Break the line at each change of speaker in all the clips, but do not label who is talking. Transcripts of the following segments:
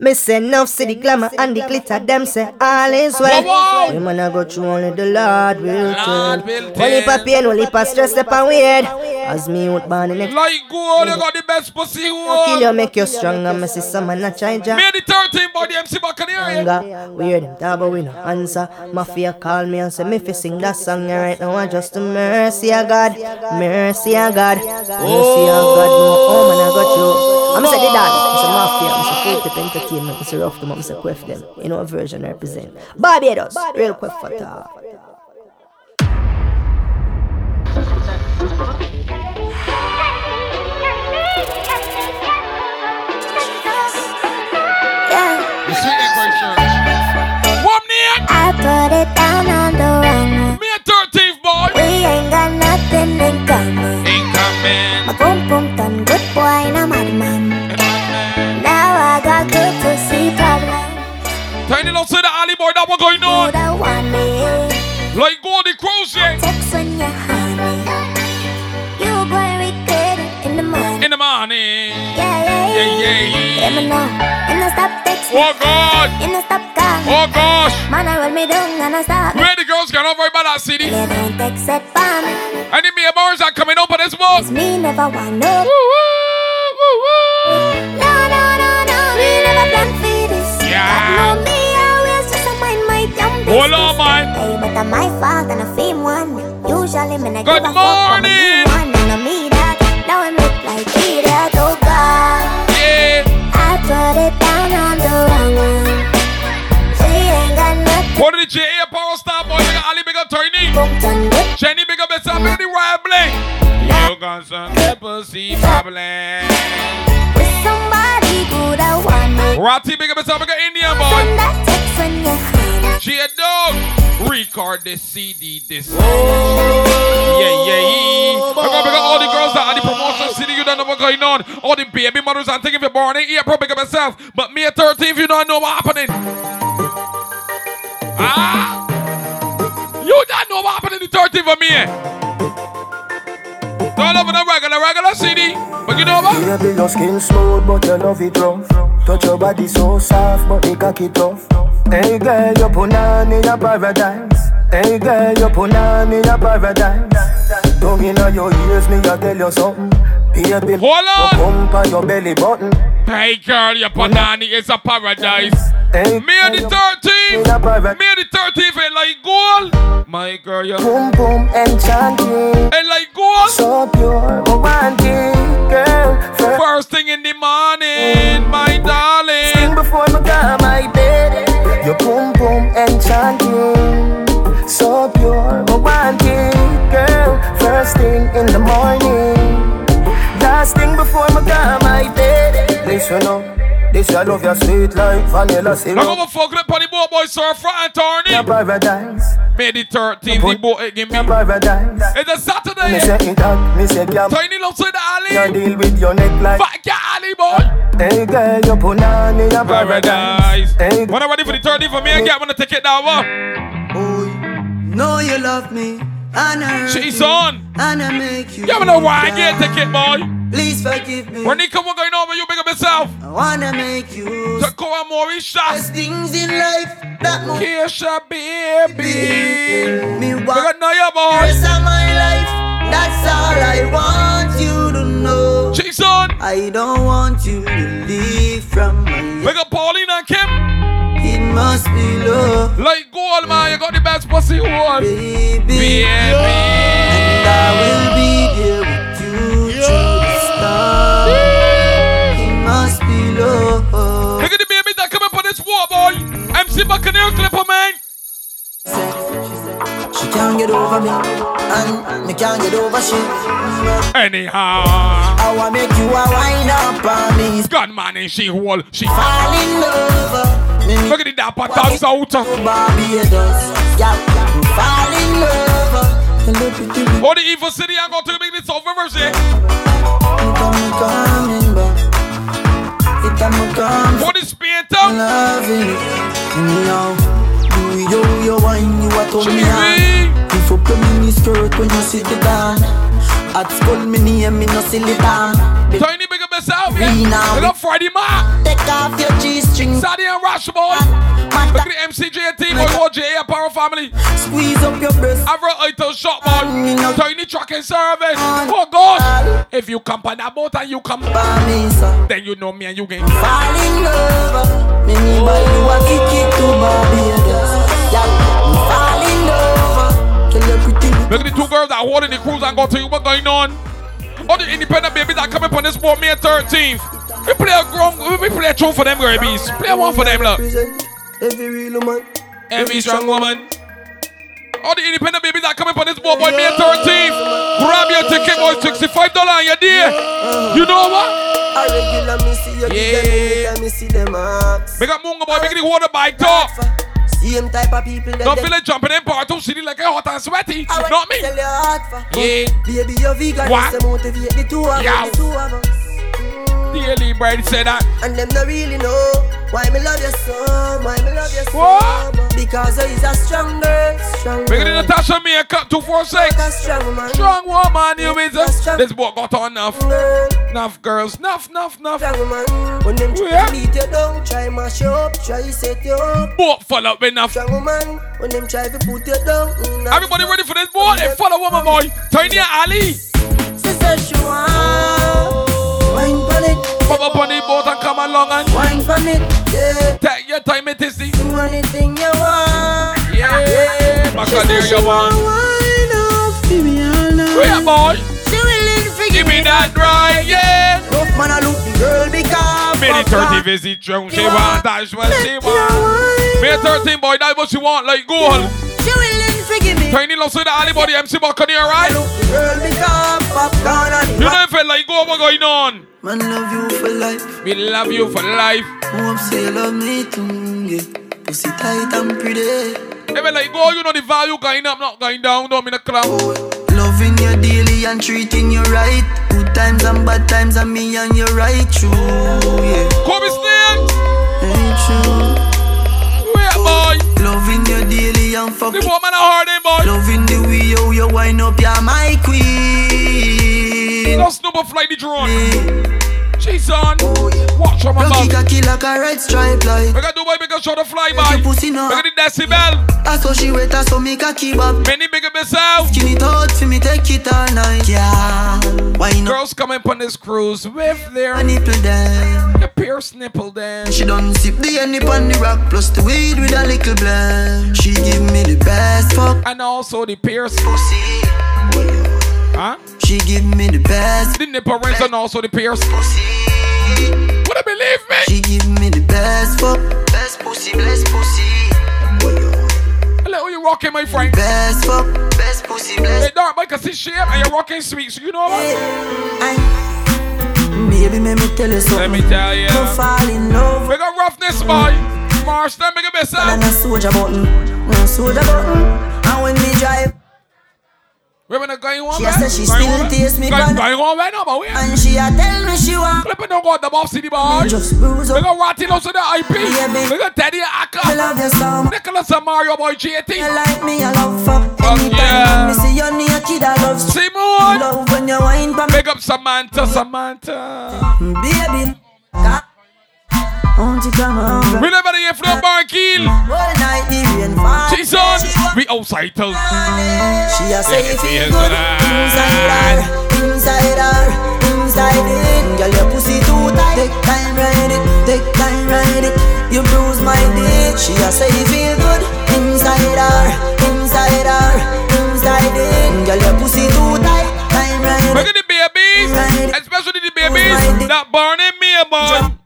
Me say enough see the glamour and the glitter. Them say all is well. Women a go through only the Lord will turn.
Lord will
Only
turn.
pa pain, only pa stress, step and weird. As me out born the next.
Like go, they got the best pussy
Kill
world.
you, make you strong. And me see some man a try jack.
May the 13 body MC Buccaneer.
anger. We hear them talk, but we no answer. Mafia call me and say, me fi sing that song and right now. I just the mercy of God, mercy of God, Oh, mercy of God. No home and I got you. I'm say the dad, I'm say mafia, I'm say full tip entertainment, I'm say rough them, I'm say quiff them. You know a version represent. Barbados, real quick for talk.
Yeah,
You see that
One minute.
I put it down on the wrong one.
Me a 13th boy.
We ain't got nothing in common.
Incoming.
My boom boom done good boy and I'm a man. Now I got good pussy problem.
Tiny love say the alley boy, that what going
You
on.
don't want me.
Like go on the cruise, yeah.
Sex when you're honey. You worry good in the morning.
In the morning.
Yeah, yeah,
Yeah,
yeah. Let
yeah.
me know. And I stop texting.
Oh God.
And I stop calling.
Oh gosh.
Man, I roll me down and I stop.
Where the girls cannot worry about that city.
They don't text it for me.
And the Myanmar's are coming up on this
Cause
month.
me never want no.
Woo-woo, woo-woo.
No, no, no, no, me never plan for this.
Yeah.
But no, me always just a mind my damn business.
Hold on, man.
Hey, but I'm my fault and I fame one. Usually, man, I
Good
give a fuck when
morning.
you want, and I mean that. Now I look like idiot, oh God.
Yeah.
I put it down on the wrong one. She ain't got nothing.
What did the JA Power Star boy? Big Ali, big up Tony.
Boom, done good.
Jenny, big up Mr. Big the Royal Blink. You got some pussy problem.
With somebody good, I want me.
Ratty, big up Mr. Big up Indian boy.
Send that text when you're high.
She a dog. Record this CD this. Yeah, yeah, yeah. I gotta pick up all the girls that are the promotion city. You don't know what's going on. All the baby mothers and thinking if you're born in April, pick up yourself. But me at 13, you don't know what's happening. Ah! You don't know what happened in the 13th for me. Don't love a regular, regular city. But you know what?
Baby, your skin smooth, but you love it rough. Touch your body so soft, but it cocky tough. Hey girl, your punani a paradise. Hey girl, your punani a paradise. Don't you know your ears, me I tell you something. Baby,
Hold on.
pump on your belly button.
Hey girl, your banana is a paradise.
Hey,
Me and the
girl, your punani a
13th.
paradise.
Me and the 13th ain't like gold. My girl, you
Boom boom enchanting,
ain't like gold.
so pure, romantic, girl. First
First thing in the morning, my darling.
before me got my bed. Your boom boom enchanting, so pure, romantic, girl. First thing in the morning, last thing before me got my bed. Listen up, this I love your sweet like vanilla
Look
syrup.
over folk clip on the boat, boy, surfer and
Your
turning.
paradise,
May the 13th, the boat it give me.
your paradise.
It's a
Me
Saturday.
say it hot, me say can't
Tiny love to the
you
alley.
deal with your neck like.
Fat cat alley, boy.
Hey girl, you put on in your
Paradise.
paradise. Hey,
When I'm ready for the 13th, for me, I get one to take it down. Well,
Oh, know you love me. And I hurt
She's
you,
on.
And I make you.
You ever know why I get
cry.
ticket, boy?
Please forgive me.
Renika, what going on with you? Big up yourself.
I wanna make you.
Takoa Morisha.
There's things in life that must
Keisha, baby.
be. Me
We
want
got know you,
the
boy.
rest of my life. That's all I want you to know.
She's on.
I don't want you to leave from my
Big up Pauline and Kim.
life. It must be love,
Like gold, man. You got the best pussy world.
baby.
Yeah,
And I will be there with you through the storm. It must be love.
Look at the baby that coming for this war, boy. MC Buccaneer Clipper, man.
She can't get over me, and me can't get over she.
Anyhow,
I wanna make you a wind up on me,
gunman and she wall. She
fall in love. Me
look at the dapper dogs out. All
Barbados, yeah, fall in love. And look at you,
the evil city I got to make this over version.
come coming back. It I'm come
For the spear town.
loving it. Now, do yo yo wine you a turn me on.
Cheesy.
If up your mini skirt when you see the dawn. At school me name me no silly time.
Tiny big up yourself.
Me now.
Yeah. Look up Friday, man.
Take off your G string
Sadie and Rash boy. Look at the MCJ team, boy, what JA Power Family.
Squeeze up your breast.
Average item shop, boy. Tiny truck and service. Oh, God. If you come on that boat and you come,
By me, sir.
then you know me and you game.
Fall in love. uh. Me need buy you a kick it to Barbados. Yeah. Me Fall in love. uh. Tell your pretty little
Look at the two girls that holding the cruise and go to you. What going on? All the independent babies that coming on this boat May 13th. We play a grown, we- we play a tune for them, babies. Play one for them, look.
represent Every real woman.
Every strong woman. All the independent babies that coming on this boat boy May 13th. Grab your ticket, boy, $65 and you're there. You know what?
A regular me see you give them
Yeah.
anytime me see them ask.
Big up Mungo, boy. Big up the water bike, dog.
Same type of people that
Don't
they
feel like jumping in part two city like a hot and sweaty.
I
Not me.
Tell your heart for.
Yeah.
Baby, you're vegan.
What?
What? motivate the two of
Yeah.
us. The two of us.
Daily bread said that.
And them not really know why me love you so, why me love you so
What?
much. Because you is a strong girl, strong
Big up the
girl.
Natasha May, cut 246.
a strong man, strong
Strong woman, you mean this? This boy got on enough.
girl,
Enough girls, enough, enough, enough.
strong man. When them try
Yeah.
to beat you down, try mash you up, try set you up.
Boat full up enough.
Strong woman, when them try to put you down. mm, in a-
Everybody ready for this boy? They follow woman boy. Tiny Ali.
She said she want wine pon it,
Pop up on the boat and come along and
wine pon it, yeah.
take your time, it is the.
Do anything you want.
Yeah. Back on there, you want.
Wine up, give me all night.
Where boy?
She willing to
Give me that right, yeah.
Rough man a look the girl because
May the
of that.
30 visit drunk, she want, that's what she want. May
Better
13 boy, that's what she want, like goal.
She willing to give me
Tiny love to the Ali body, MC Buccaneer,
I
right?
look the girl because popcorn and
You know if it like go, what going on?
Man love you for life
We love you for life.
Hope say you love me too yeah. Pussy tight and pretty
If it like go, you know the value going up, not going down, don't mean a clown.
Loving you daily and treating you right Good times and bad times and me and you right True, yeah,
Kobe Slim,
ain't true
where boy?
Loving you daily and
The
fucking
woman a hard eh, boy.
Loving the way how you wind up, you're my queen.
No snooper fly the drone.
Yeah.
She's on.
Oh, yeah.
Watch her my
Rocky
mouth.
cocky like a red stripe light.
We got Dubai, make a show the fly
Your
by.
pussy no
We got the decibel.
I saw she wet, I saw me cocky bop.
Many bigger myself.
Skin it out for me, take it all night. Yeah, wind up
Girls coming on this cruise with
a
their
nipple then.
pierced nipple dance.
She done sip the honey on the rock plus the weed with a little blend. She give me the best fuck
And also the pierce.
pussy.
Huh?
She give me the best
The nipple rings and also the pierce.
pussy.
Would you believe me?
She give me the best fuck, best pussy, best pussy.
Hello, you rocking, my friend.
Best fuck, best pussy,
Hey,
best.
dark boy, can see shape and you're rocking sweet. So you know what?
Baby, let me tell you
Let
something.
me tell you.
Don't fall in love.
We got roughness, boy. Marsh, then make a
And
myself.
a soldier button, no soldier button. And when me drive,
Women are going on,
She
man.
said she
Going
still
on,
taste me
Going
bad.
going on right now, but we
and she a tell me she want,
flipping don't go the boss city, boy.
me just bruise
We
up.
got Ratty Loves the
Yeah,
IP.
babe.
We got Teddy
Me
Aka.
love you so much.
Nicholas and Mario, boy,
You
JT.
like me, I love fuck.
Fuck
Anytime
yeah.
when me see you near, kid, I love. st-
Simon.
Love when you wine for me,
Big up Samantha, Samantha.
baby. God, Won't you come over?
We never the influence bar kill.
All night the rain fall.
She's on. We outside till.
She a say
Yeah,
it
she
feel
is
good
mine.
inside her, inside her, inside it. Girl, your pussy too tight. Take time, ride it. Take time, ride it. You bruise my dick. She a say it feel good inside her, inside her, inside it. Girl, your pussy too tight. Time,
We
ride
got
it.
the babies. Especially the babies that born in me, boy.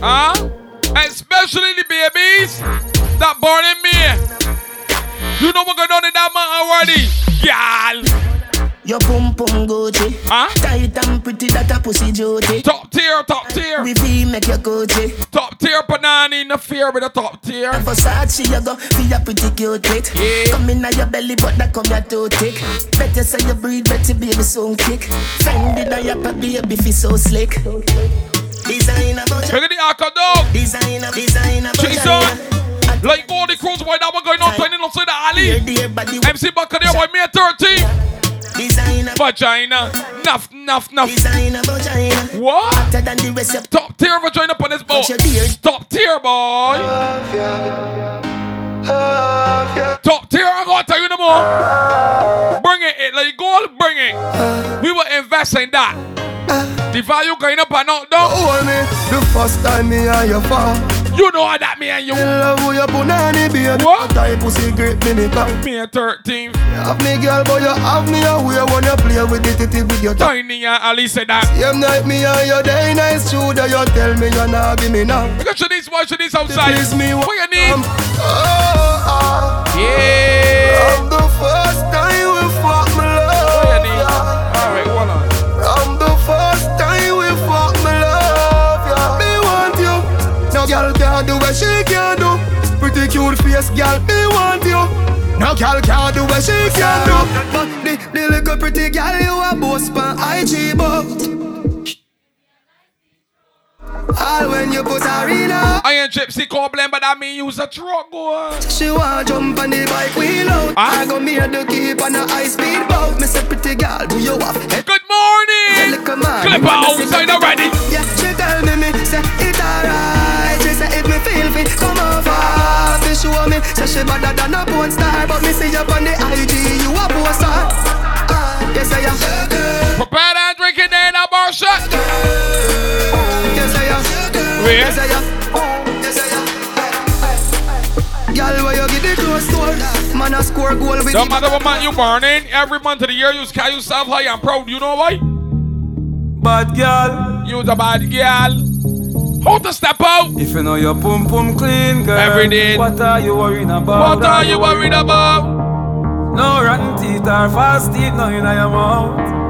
Huh? Especially the babies that born in me. You know what going on in that man already. Y'all.
Your pum pum Gucci,
Huh?
tight and pretty that a pussy duty.
Top tier, top tier.
We feel make your Gucci.
Top tier banana interfere with the top tier.
And Versace you go, be a pretty cute it.
Yeah.
Come in at your belly, but that come your toe tick. Better say you breed, better baby soon kick. Fendi that your baby, baby fi so slick. Designer
Look
budget,
at the alcohol dog.
designer, designer budget.
Jason. Like all the cruise boy that one going on turning outside the
Your
alley.
dear body,
MC Buccaneer boy May 13.
designer,
Vagina. Nuff, nuff, nuff.
designer vagina.
What?
Better than the rest of
Top tier vagina on this boat.
Touch your beard.
Top tier, boy. Top tier, I'm gonna tell you no more. Bring it, it like gold, bring it. We will invest in that. The value going up and not down.
Hold me Oh, the first time me and you fall.
You know what that mean,
In
you.
love with your punani baby.
What?
Type pussy great mini cock.
Me a 13.
Have me girl, but you have me a way when you play with it, it it with your top.
Tiny and Ali said that.
Same night me and you day nice shooter, you tell me you not give me now.
Because you need why you need outside.
Please me
What you need?
um, oh, oh,
Yeah.
I'm the first time we fuck my
What you
love.
need?
yeah.
Alright, hold on.
I'm the first time we fuck my love. Yeah. Me want you. No girl can do what she can do. Pretty cute face, girl. Me want you. No girl can do what she can do. But the, the little pretty girl you a boss pan IG but All when you put her in a
I ain't gypsy complain, but that mean use a truck, boy.
She want jump on the bike wheel out.
Ah.
I go me a the keep on a high speed boat. Me say pretty girl, do you have head?
Good morning.
Little man,
Clipper outside already.
Yeah, she tell me me say it alright. She say if me feel fit, come over. Fi show me say she better than a porn star, but me see you on the IG, you a poster. Ah, yes I am.
Prepare that drink and then a bar shot.
Yes I am.
Where?
Yes I am. Yes I am. Girl, where you get the close to? Man a score goal with
Don't matter what month you born in, every month of the year you carry yourself high and proud. You know why?
Bad girl,
You's a bad girl. How to step out?
if you know your pum pum clean, girl.
Every day.
What are you worrying about?
What are you worried about?
No rotten teeth or fast teeth, no in your mouth.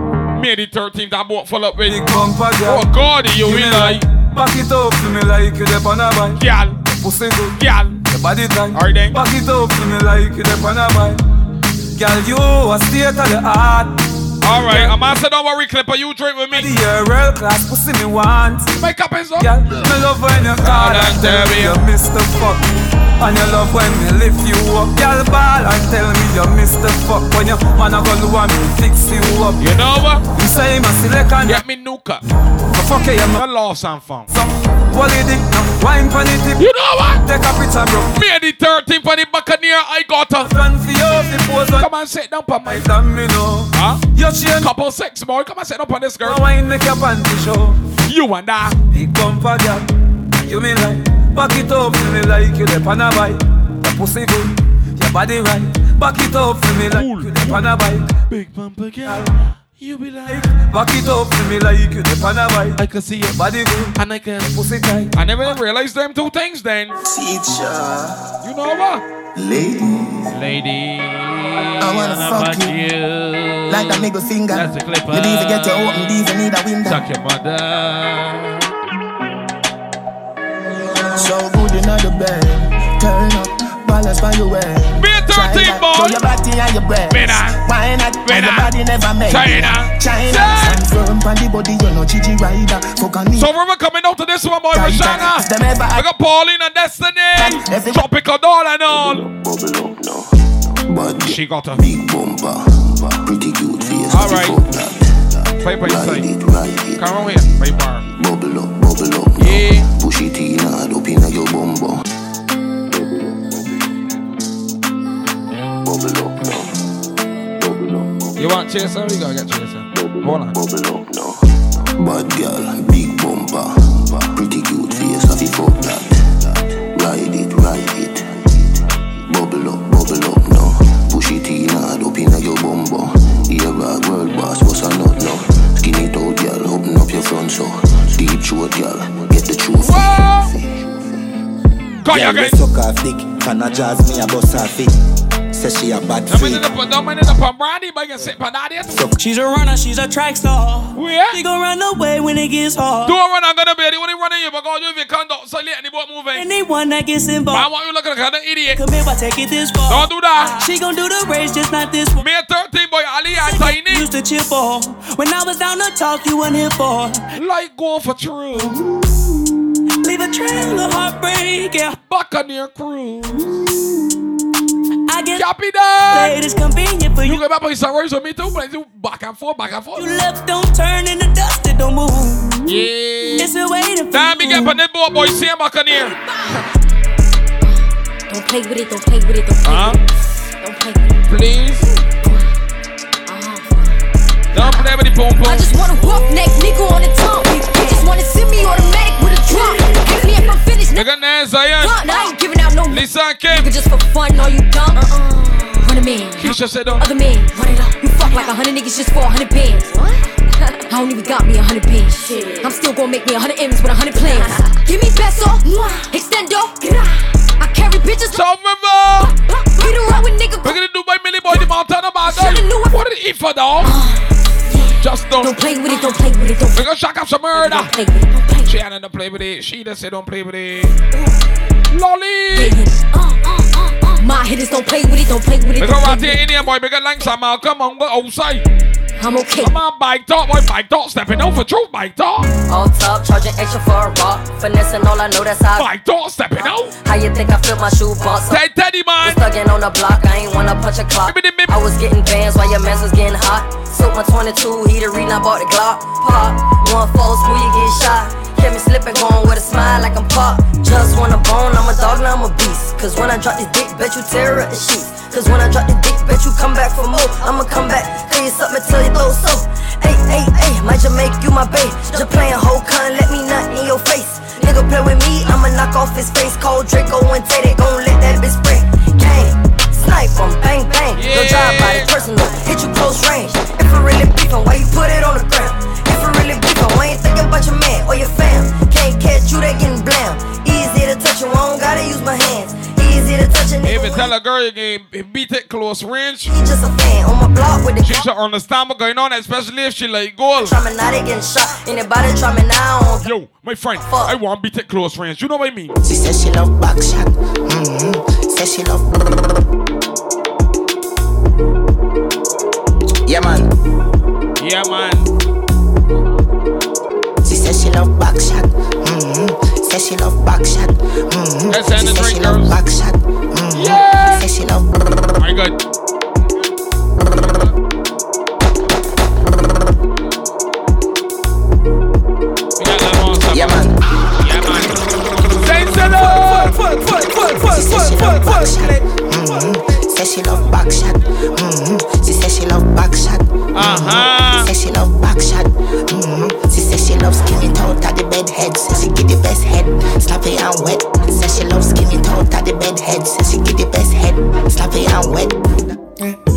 May the 13th I bought full up
Big
with.
bumper girl.
Oh God, you
You me
in like.
Back it up to me like you dep on a bike.
Girl,
Pussy good,
girl.
your body tight.
Alright then.
Back it up to me like you dep on a bike. Girl, you a state of the art.
Alright, I'm also don't worry, Clipper. You drink with
The
me.
year world class pussy me want.
My cup is up.
Girl, me love when you call and tell me you miss the fuck. And you love when me lift you up. Girl, ball and tell me you miss the fuck. When your man a gonna want me fix you up.
You know what?
You say me select and
Get me nuka.
me fuck you, you
I lost and found.
so Wally dick now, wine pan it tip
You know what?
Take a picture bro,
Me and the 13th for the Buccaneer, I got a.
stand for you, the pose on
Come and sit down on
My
my.
damn me know
Huh?
Your chain,
Couple six boy, come and sit up on this
my
girl.
wine make your panty show
You and I.
Big bumper girl, you me like Back it up for me like you the pan a bike Your pussy good, your body right Back it up for me like you the pan a bike
Big bumper girl, you be like.
Back it up for me like you the pan a
I
bike
can see it,
Body good,
and I can.
pussy tight
I never realized them two things then.
Teacher,
You know what?
lady,
Lady.
I wanna fuck you. Like that nigga finger.
That's a clipper.
You need to get your open, these you need a window.
Suck your mother.
So good in the bed. Turn up, balance by your way.
Be a 13
Show
boy.
your body and your breath.
Winner.
Why not? And
Winner.
your body never made.
China.
it. China.
China.
Stand firm on the body, you know, Gigi Rider. Fuck on me.
So we're coming out to this one, boy,
Tight,
Roshana.
tight. Them ever
I got Pauline and Destiny.
Every-
Tropical doll and all.
Bubble up now. Bad girl,
She got a
big bumper, pretty cute face.
All right.
Fuck that.
play by your
Ride
side.
it, ride it.
Come on here, play bar.
Bubble up, bubble up now.
Yeah.
Push it in hard up inna your bumbo. Bubble up now. Bubble up,
You want chaser? We gotta get chaser. Hold on.
bubble up now. Bad girl, big bumper, pretty cute face. Have you fuck that? Ride it, ride it. Bubble up, bubble up now. Push it in hard up inna your bumbo. Here a world boss, what's a nut now? Skin it out, girl. Open up your front so. Deep throat, girl. Get the truth.
Cut your
Girl, we
guys.
suck her dick. Can I jazz me a bust her feet? Say she a bad
Don't mind in
freak.
the don't mind in the pump, Brandy, but you can sit on that. yes.
She's a runner, she's a track star.
Where?
She gon' run away when it gets hard.
Don't run, I'm gonna be the only running you, but God, you if you can't do so late and the boat moving.
Anyone that gets
But I
involved,
want you looking like an idiot.
come here, I take it this far.
Don't do that.
She gon' do the race, just not this one.
Me a 13 boy, Ali and Tiny.
Used to chip for her. when I was down to talk, you weren't here for.
Like go for true.
Leave a trail of heartbreak, yeah.
Buccaneer crew.
I get
Capital.
played, it's convenient for
You
you.
can remember his stories with me too, but I do back and forth, back and
You
forth.
left, don't turn in the dust, it don't move.
Yeah.
It's a way to
Damn, big up on that boy, boy. See him back on here.
Don't play with it, don't play with it, don't play
Huh?
with it. Don't play with it. Uh-huh.
Please. Don't play with the boom boom.
I just want a rough neck nigga on the tongue. You just wanna send me automatic with a drum. Ask me if I'm finished.
Look at that, Zion.
Run, I ain't giving out no
Listen, Kim.
nigga just for fun. Are you dumb? Uh-uh. Run a man.
Keisha said, don't.
Other man, run it up. You fuck like a hundred niggas just for a hundred bands. What? I don't even got me a hundred bands. I'm still gonna make me a hundred M's with a hundred plans. Give me peso, extendo. I carry bitches.
So remember.
Beat her up with nigga.
We're gonna do my mini boy, the Montana bad What did he eat for dog? Just don't. Don't
play with it, Uh, don't play with it, don't
We're gonna shock up some murder. Don't
play with it, don't play
She ain't not play with it. She done say don't play with it. Lolly.
My hitters don't play with it, don't play with
We
it. don't
go
play
out
with
here
it.
in here, boy. We got lang some out. Come on, go outside.
I'm okay.
Come on, bike talk, boy. Bike talk, stepping over truth, bike talk.
On top, charging extra for a rock. Finessing all I know, that's how.
Bike talk, stepping out.
How you think I feel my shoe box?
Hey, Teddy, man.
Thugging on the block, I ain't wanna punch a clock. I was getting bands while your mans was getting hot. Soak my 22, he the reason I bought the Glock. Pop, one false, will you get shot? Kept me slipping, going with a smile like I'm pop. Just want a bone, I'm a dog, now I'm a beast. Cause when I drop this dick, bet you tear up the sheets. Cause when I drop this dick, bet you come back for more. I'ma come back, clean something till you throw soap. Ay, ay, ay, might just make you my bae. Just playing whole con, let me nut in your face. Nigga play with me, I'ma knock off his face. Cold Draco and Tay, they gon' let that bitch spray. Gang, snipe from bang bang. No drive by, it's personal. Hit you close range. If it really beefin', why you put it on the ground? If it really beefin', why ain't thinking about your man or your fam? Can't catch you, they getting blamed. Easy to touch you, I don't gotta use my hands. Easy to touch a nigga.
If you tell a girl you can beat it close range, she
just a fan on my block with the
She should understand what's going on, especially if she like goal.
Try me now, they getting shot. Anybody try me now, I don't
Yo, my friend, I want beat it close range. You know what I mean?
She says she love back shot. Mm-hmm. Says she love. Yeah man.
Yeah man.
She says she love back shot. Mm-hmm. Says she love back shot. Mm-hmm.
Let's end
she
the
says
drink,
she love back shot. Mm-hmm.
Yeah.
Says she love.
My God.
Yeah man.
Yeah man.
Mm-hmm. Says she love back shot. Mm-hmm. She says she love back shot.
Uh-huh.
Says she love back shot. Mm-hmm. She says she loves skinny out at the bed head. Says she get the best head. Sloppy and wet. Says she loves skinny out at the bed head. Says she get the best head. Sloppy and wet.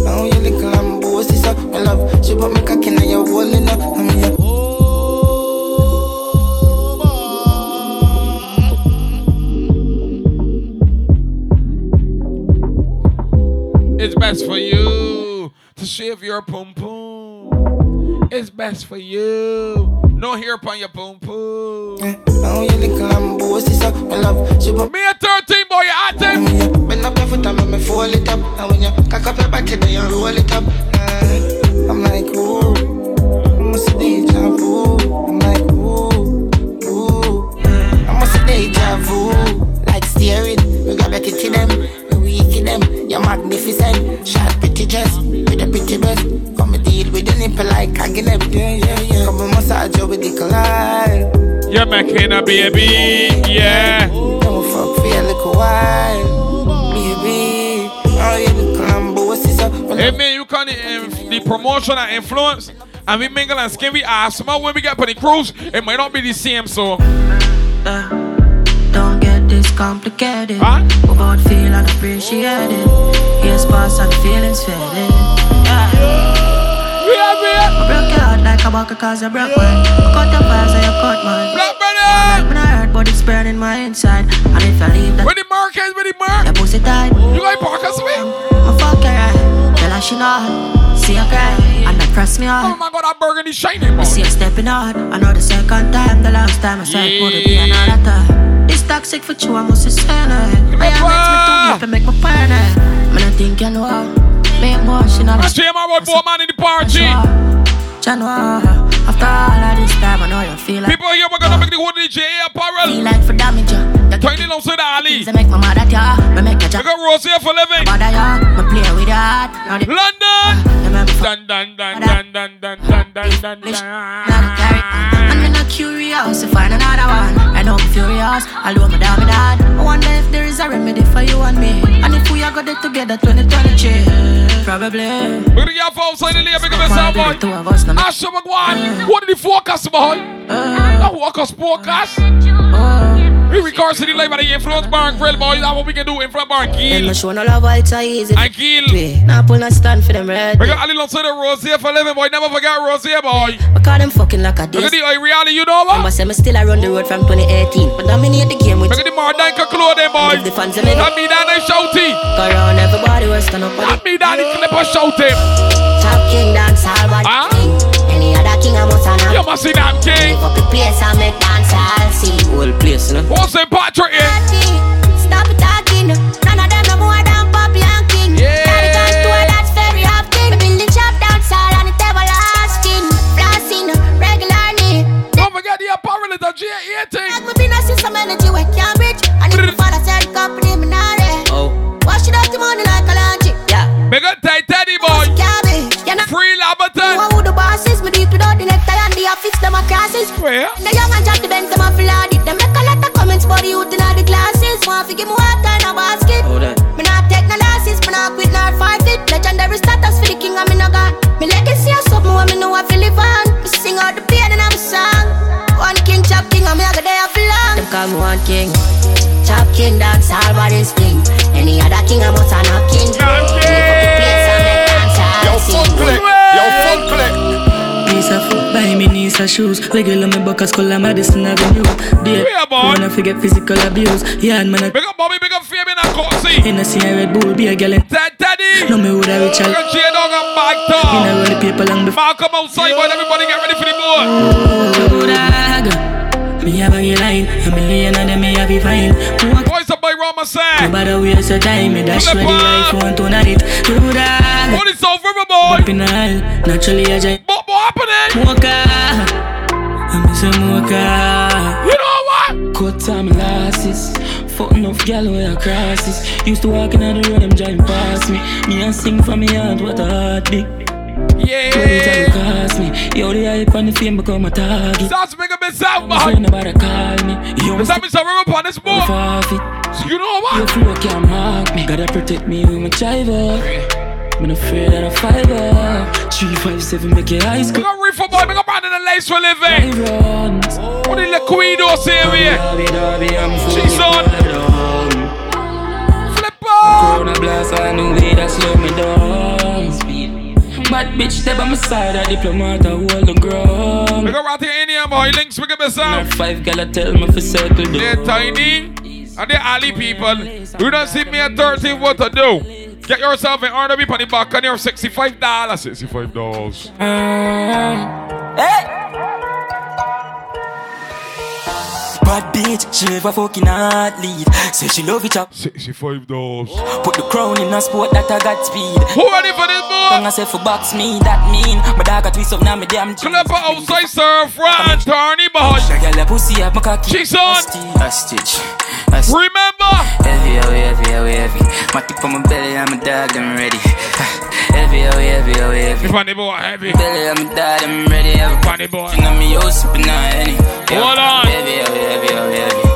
Now you lick and boost this up, my love. She put me cock in your hole in up. I'm in your
It's best for you to shave your pum pum. It's best for you. No hair upon your pum pum.
Eh.
Now you lick and boost this up, my love. She put
me a 13 boy, you at
him. When I play for time, me fold it up. And when you cock up your back, then you roll it up. Eh, I'm like, ooh, I'm a deja vu. I'm like, ooh, ooh, I'm a deja vu. Like steering, we got back into them, we weak in them. You're magnificent, shot pretty dress with a pretty breast. Come and deal with the nipple like caggy nip. Yeah, yeah, yeah. Come and massage you with the collide.
You're making a baby. Yeah.
Don't fuck for your little while, baby. Oh, you look humble, what's this up?
Hey man, you can eh, the, the promotion and influence, and we mingle and skin we ass. But when we get on the cruise, it might not be the same. So
Don't get this complicated.
Huh?
We both feel unappreciated. Here's past and feelings faded. Yeah. I broke your heart like a walker cause I broke mine. I cut the vibes and you cut mine.
Black
brother! When I hurt, but it's burning my inside. And if I leave that.
Where the mark is, where the mark?
Your pussy tight.
You like Parker's way?
I fuck her right. Tell her she not. See her cry. And that press me hard.
Oh my god, that burgundy shining, boy.
I see her stepping out. I know the second time, the last time I saw it, would it be another time? It's toxic for you, I must say, I am to make my partner. Man, I think you know her. Me and boy, she not
I see my boy, boy man in the party.
Januar. After all of this time, I know you feel like.
People here, we're gonna make the whole DJ apparel.
Feel like for damage, you. The
Tiny long side alley.
things that make my mother tear. Me make a
We
job.
got Rose here for living.
Bother ya. Me play with your heart. Now the
London. Dun dun dun dun dun dun dun
not
dun dun.
a carry. I'm in a curious.
house to find another one. I know I'm furious, although I'm a damn dad. I wonder if there is a remedy for you and me. And if we are got it together 2023, probably.
We're gonna get outside the lane, make a mess of it. Asha McGuire, what did he focus, boy? That focus, focus. We record City Life by the Influence Bar and Grill, boy. That's what we can do, Influence Bar and
Them
Grill.
no show no love, all it's so easy.
I kill.
Nah, pull no stand for them red.
We're gonna Ali Lonzo the Rosier for living, boy. Never forget Rosier, boy.
I call them fucking like a
Look
diss.
at the uh, reality, you know what?
Remember, say me still around the road from 2018. But dominate the game with
Look at the Mardanka clothing, boy.
the fans them in.
That me down and shouty.
Go round everybody was stand up on
That me down and clipper shouting.
Top king dance all bad
Huh?
king. Any other king I must an
You must see that king.
Fuck the place I make dance all see.
Whole place, no? What's St. Patrick here?
Stop talking. None of them no more than Poppy and King. Daddy got to a large fairy hop thing. The building shop dance all and it everlasting. Flossing regularly.
Don't forget the apparel that you ain't eating.
Like me been a since some energy we can't reach. And if me fall a third company, me not ready.
Oh.
Wash it up the money like a laundry. Yeah.
Big up tight teddy boy. Free Labaton.
Who who the boss is? Me deep without the necktie and the office. Them a classes.
Where?
And the young and jack the Benz them a flood it. Them make a lot of comments for the youth in all the classes. Want to give me water in a basket. Me not take no losses, me not quit nor forfeit. Legendary status for the king and me no got. Me legacy a something when me know I feel live on. Me sing out the pain in a me song. One king, chop king, and me a go there for long.
Come one king. Top king dance all bad is king. Any other king I must an a king. Yo, fuck click. Yo, fuck click.
Knees a foot by me, knees a shoes. Regular me buckets, call a Madison Avenue. Dear, wanna forget physical abuse. Yeah, and man, I. Big
up, Bobby, big up, Fabian, and Corsi.
In a see a Red Bull, be a gal and.
Dead daddy.
No, me would have reached
Look
out.
at J Dog and Mike Dog.
In a roll the paper long before.
Malcolm outside, boy. Everybody get ready for the board.
Me have a gay line, a million and then me have it fine.
Boys up by Roma side.
No matter where your time, me dash with the iPhone tonight. Do that.
What is over, my boy?
Up in all, naturally I just.
What what happening?
Mocha, I miss a mocha.
You know what?
Cut time losses. Fucking off gal where I crosses. Used to walk in on the road, them driving past me. Me and sing for me heart, what a heartbeat.
Yeah.
Twenty time cost me. Yo, the hype and the fame become a target.
Starts make a bit sound,
man. Friend about to call me. Yo,
Let's have me some room upon this board. You know what?
Your flow can't mark me. Gotta protect me with my driver. Man, afraid that I fiver. Three five seven, make your eyes
We
go.
got Reefer Boy, we got Brandon and Lace for living. What did Laquido say over here? She's on.
Corona blast, I knew way that slow me down. Bad bitch, step on my side, a diplomat, I hold the ground.
We got right here in here, boy. Links, we got this sound.
Five gal, I tell me for circle the
They're tiny and they're alley people. You don't see me at 13 what to do. Get yourself an R&B on the back and you're $65. $65.
Bad bitch, she live a fucking hard lead. Say she love it up.
65 dollars.
Put the crown in a sport that I got speed.
Who ready for this boy?
Tongue I say for box me, that mean. My dog got twist up now, me damn jeans.
Clapper outside, sir. Front, turny boy.
Girl, a pussy up my cocky.
She's on.
A stitch. A stitch.
Remember.
Heavy, oh, heavy, oh, heavy. My tip on my belly, I'm a dog, I'm ready. Heavy, oh, heavy, oh, heavy.
If I never want heavy.
Belly, I'm a dog, I'm ready. Have a
funny boy.
Thing on me, yo, sipping on any.
Hold on.
Heavy, oh, heavy, oh, heavy.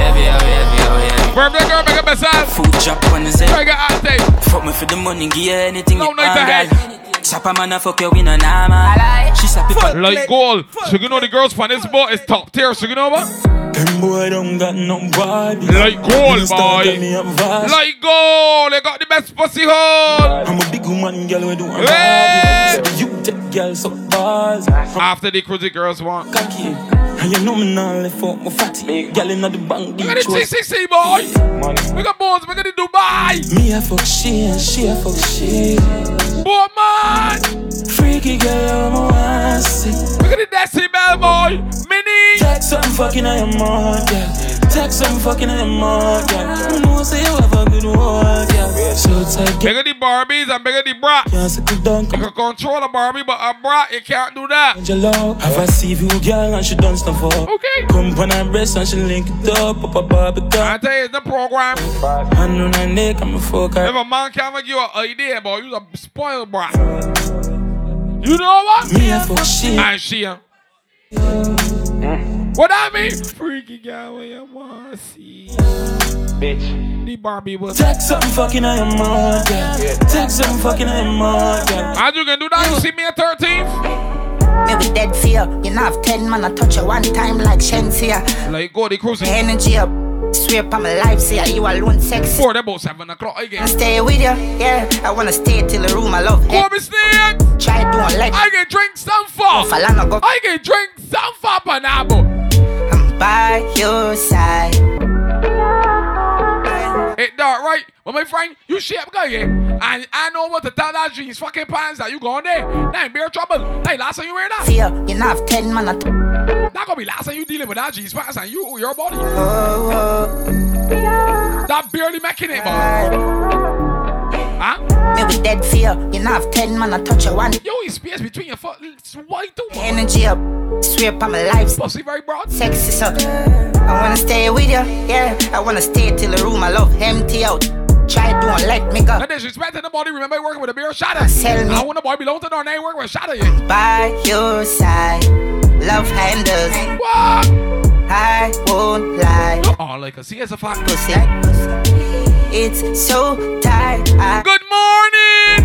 Heavy, oh, heavy, oh, heavy.
Birthday girl, make a message.
Food drop on the set.
Make active.
Fuck me for the money, give you anything
No,
you
no, it's a
want, girl. Chop a man, I fuck you in a nama. She slap it for
Like goal. So you know the girls from this boy is top tier. So you know what?
Them boy don't got nobody.
Like goal,
You start
boy.
tell me I'm vast.
Like goal. They got the best pussy hole.
I'm a big woman, girl, we do a
Hey!
body. You take girls so bars.
After the cruisy girls want.
Cocky. And you know me now left out my fatty. Girl inna the bank,
Look at the TCC boy. Look at Bones. Look at the Dubai.
Me a fuck she and she a fuck she.
Boy, man.
Freaky girl, I'm a wassy.
Look at the decibel boy. Mini.
Text something fucking I am mad, girl. Text something fucking I am mad, girl. You know say you have a good word, girl. So tight,
Bigger the Barbies and bigger the brat. You can control a Barbie, but a brat, you can't do that.
Angelo, have a CV girl and she done stuff for. Okay. Pump on her breast and she link it up, up a barbecue. I
tell you, the program.
Hand on her neck, I'm a fucker.
If a man can't give you an idea, boy, you a spoiled brat. You know what?
Me a fuck shit.
And she. uh, What I mean? Freaky guy, what you wanna see? Bitch. The Barbie was.
Text something fucking I am mad, yeah. Text something fucking I am mad, yeah.
As you can do that, you see me at 13th.
Me with dead fear. You know, have ten man, I touch you one time like Shensia.
Like go the cruising.
Energy up. Swear upon my life, say you alone sexy.
Four, about seven o'clock again.
I stay with you, yeah. I wanna stay till the room I love.
Go mistake.
Try don't let
I can drink some for.
Falana go
I can drink some for Panabo.
by your side.
It dark, right? But my friend, you shape guy, yeah. And I know what to tell that jeans, fucking pants that you going there. That ain't bear trouble. That ain't last time you wear that.
Fear, you know, have ten man, I touch
That gonna be last time you dealing with that jeans pants and you your body. That barely making it, man.
Me with dead fear. You know, have ten man, I touch you one.
Yo, it's space between your foot. It's wide too much.
Energy up. Swear upon my life.
Pussy very broad.
Sexy so. I wanna stay with you, yeah. I wanna stay till the room I love empty out. Try don't let me go.
No disrespect in the body. Remember working with a beer shatter. Sell me. I want a boy below to Darnay work with shatter. Yeah.
By your side, love handles. I won't lie.
Oh, like I see as a fact.
Pussy. It's so tight. I
Good morning.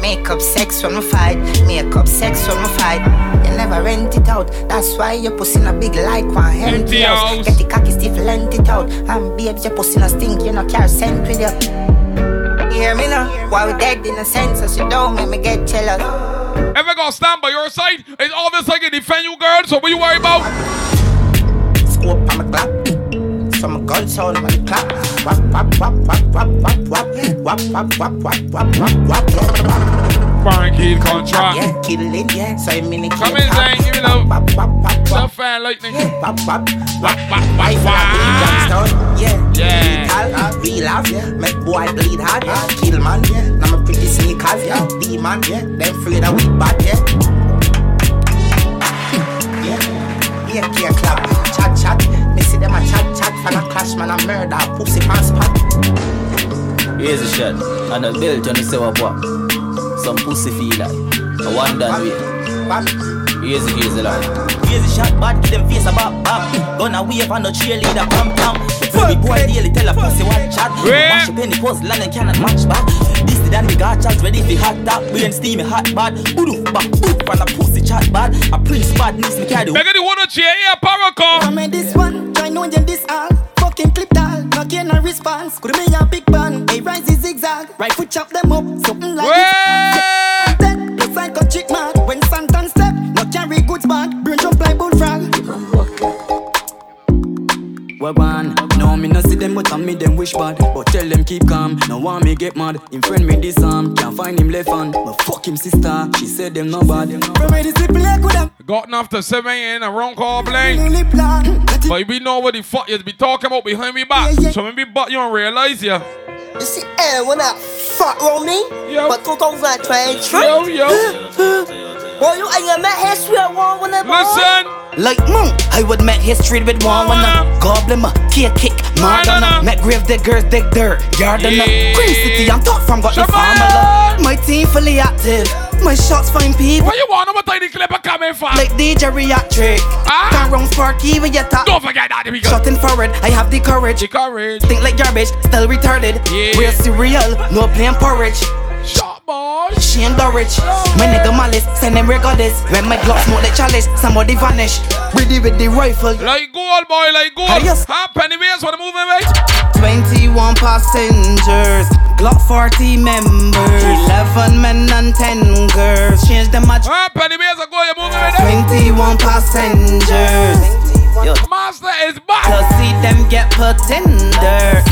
make up sex when we fight. Make up sex when we fight. You never rent it out. That's why your pussy in a big like one
Empty
empty house.
house.
Get the cocky stiff, lent it out. And babes, your pussy in a stink. You no care sent with you. Hear me now? Why we dead in a census? You don't make me get jealous.
Ever gonna stand by your side? It's always like a defend you, girl. So what you worry about?
Scope on my clap. Some gun sound on my clap. Wap, wap, wap, wap, wap, wap, wap. Wap, wap, wap, wap, wap, wap, wap, wap.
Barn kid contract.
Yeah, killing, yeah. So I'm in the
Come in, Zane. Give it up. Some fan lightning.
Wap, wap,
wap, wap, wap.
Yeah,
Yeah.
lethal, real off, make boy bleed hard, kill man, yeah. Now my pretty sneak off, yeah, demon, yeah. Them afraid of we bad, yeah.
Hmm.
Yeah, yeah, yeah, clap, chat, chat. Me see them a chat, chat, fan a clash, man a murder, pussy pants pop.
Here's a shot, and a belt on the sewer pop. Some pussy feel like a one dance way. Here's a here's a lot.
Crazy shot bad, give them face a bop bop. Gonna wave on the cheerleader, pam pam. Before we boy daily, tell a pussy what chat. Mash up any pose, land and cannot match back. This the dan we got chat ready for hot top. We ain't steamy hot bad. Udu back, oop on a pussy chat bad. A prince bad, needs me carry.
Beggar the one on chair, yeah, Paracom.
I'm this one,
I know them this all Fucking clip doll, no gain no response Could me a big band, they rise is zigzag Right foot chop them up, something like this Then, plus I got chick mad When Santan step, no carry goods bag Brain jump like bullfrog
We one. No, me no see them, but I me them wish bad. But tell them keep calm. No want me get mad. In friend me disarm. Can't find him left hand. But fuck him sister. She said them no bad.
Gotten off to 7 in a wrong call play. But we know what the fuck you be talking about behind me back. So maybe but you don't realize yeah.
You see, eh, when I fuck with me, but 2023.
Yo, yo.
Well, you ain't met history at one when I
Listen.
Like moon, I would make history with one wanna Goblin, a kick, kick, Madonna Met grave diggers, dig dirt, yard and
Yeah.
Green city, I'm top from got the formula My team fully active, my shots find people
What you want? I'm a tiny clipper coming for.
Like DJ Reactric Can't round Sparky when you top
Don't forget that, because
Shot in forward, I have the courage The
courage
Think like garbage, still retarded
Yeah.
Real cereal, no playing porridge
Shot boy
Shane Dorich My nigga Malice, send them regardless When my Glock smoke like chalice, somebody vanish Ready with the rifle
Like gold, boy, like gold. Hop anyways, wanna move away?
21 passengers, Glock 40 members, 11 men and 10 girls. Change the match.
Up anyways, I go, you move
21 passengers. Yo.
Master is back.
To see them get pretender.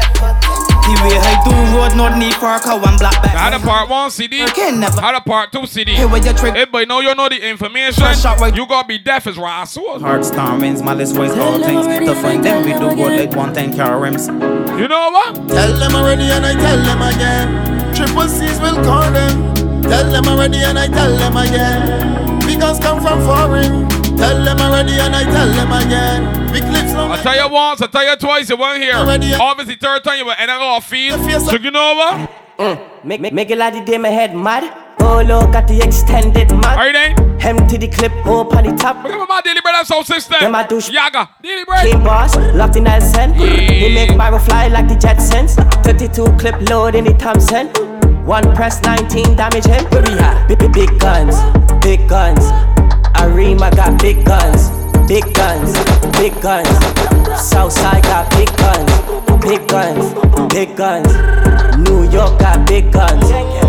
The way I do road, no need for a car, one black bag.
Had a part one CD, had a part two CD. Hey,
what you trick?
Hey, but now you know the information. You gonna be deaf as Rasul.
Hard stormings, malice ways all things. To find them, we do good like one ten caroms.
You know what?
Tell them already and I tell them
again. Triple C's will call them. Tell them already and I tell them again. Because come from foreign. Tell them already and I tell them again. Big clips no
I tell you once, I tell you twice, you weren't here. Obviously, third time you were and I gonna feel. So you know what?
Mm. Make, make, make a lot of them head mad.
Bolo got Oh, the extended mag.
Are you there?
Empty the clip, open the top.
Remember my daily bread and soul system.
Them a douche.
Yaga, daily bread.
Clean boss, locked in Nelson. He make barrel fly like the Jetsons. 32 clip load in the Thompson. One press 19 damage him. Where we at? Big, big, big guns, big guns. Arima got big guns, big guns, big guns. Southside got big guns, big guns, big guns. New York got big guns,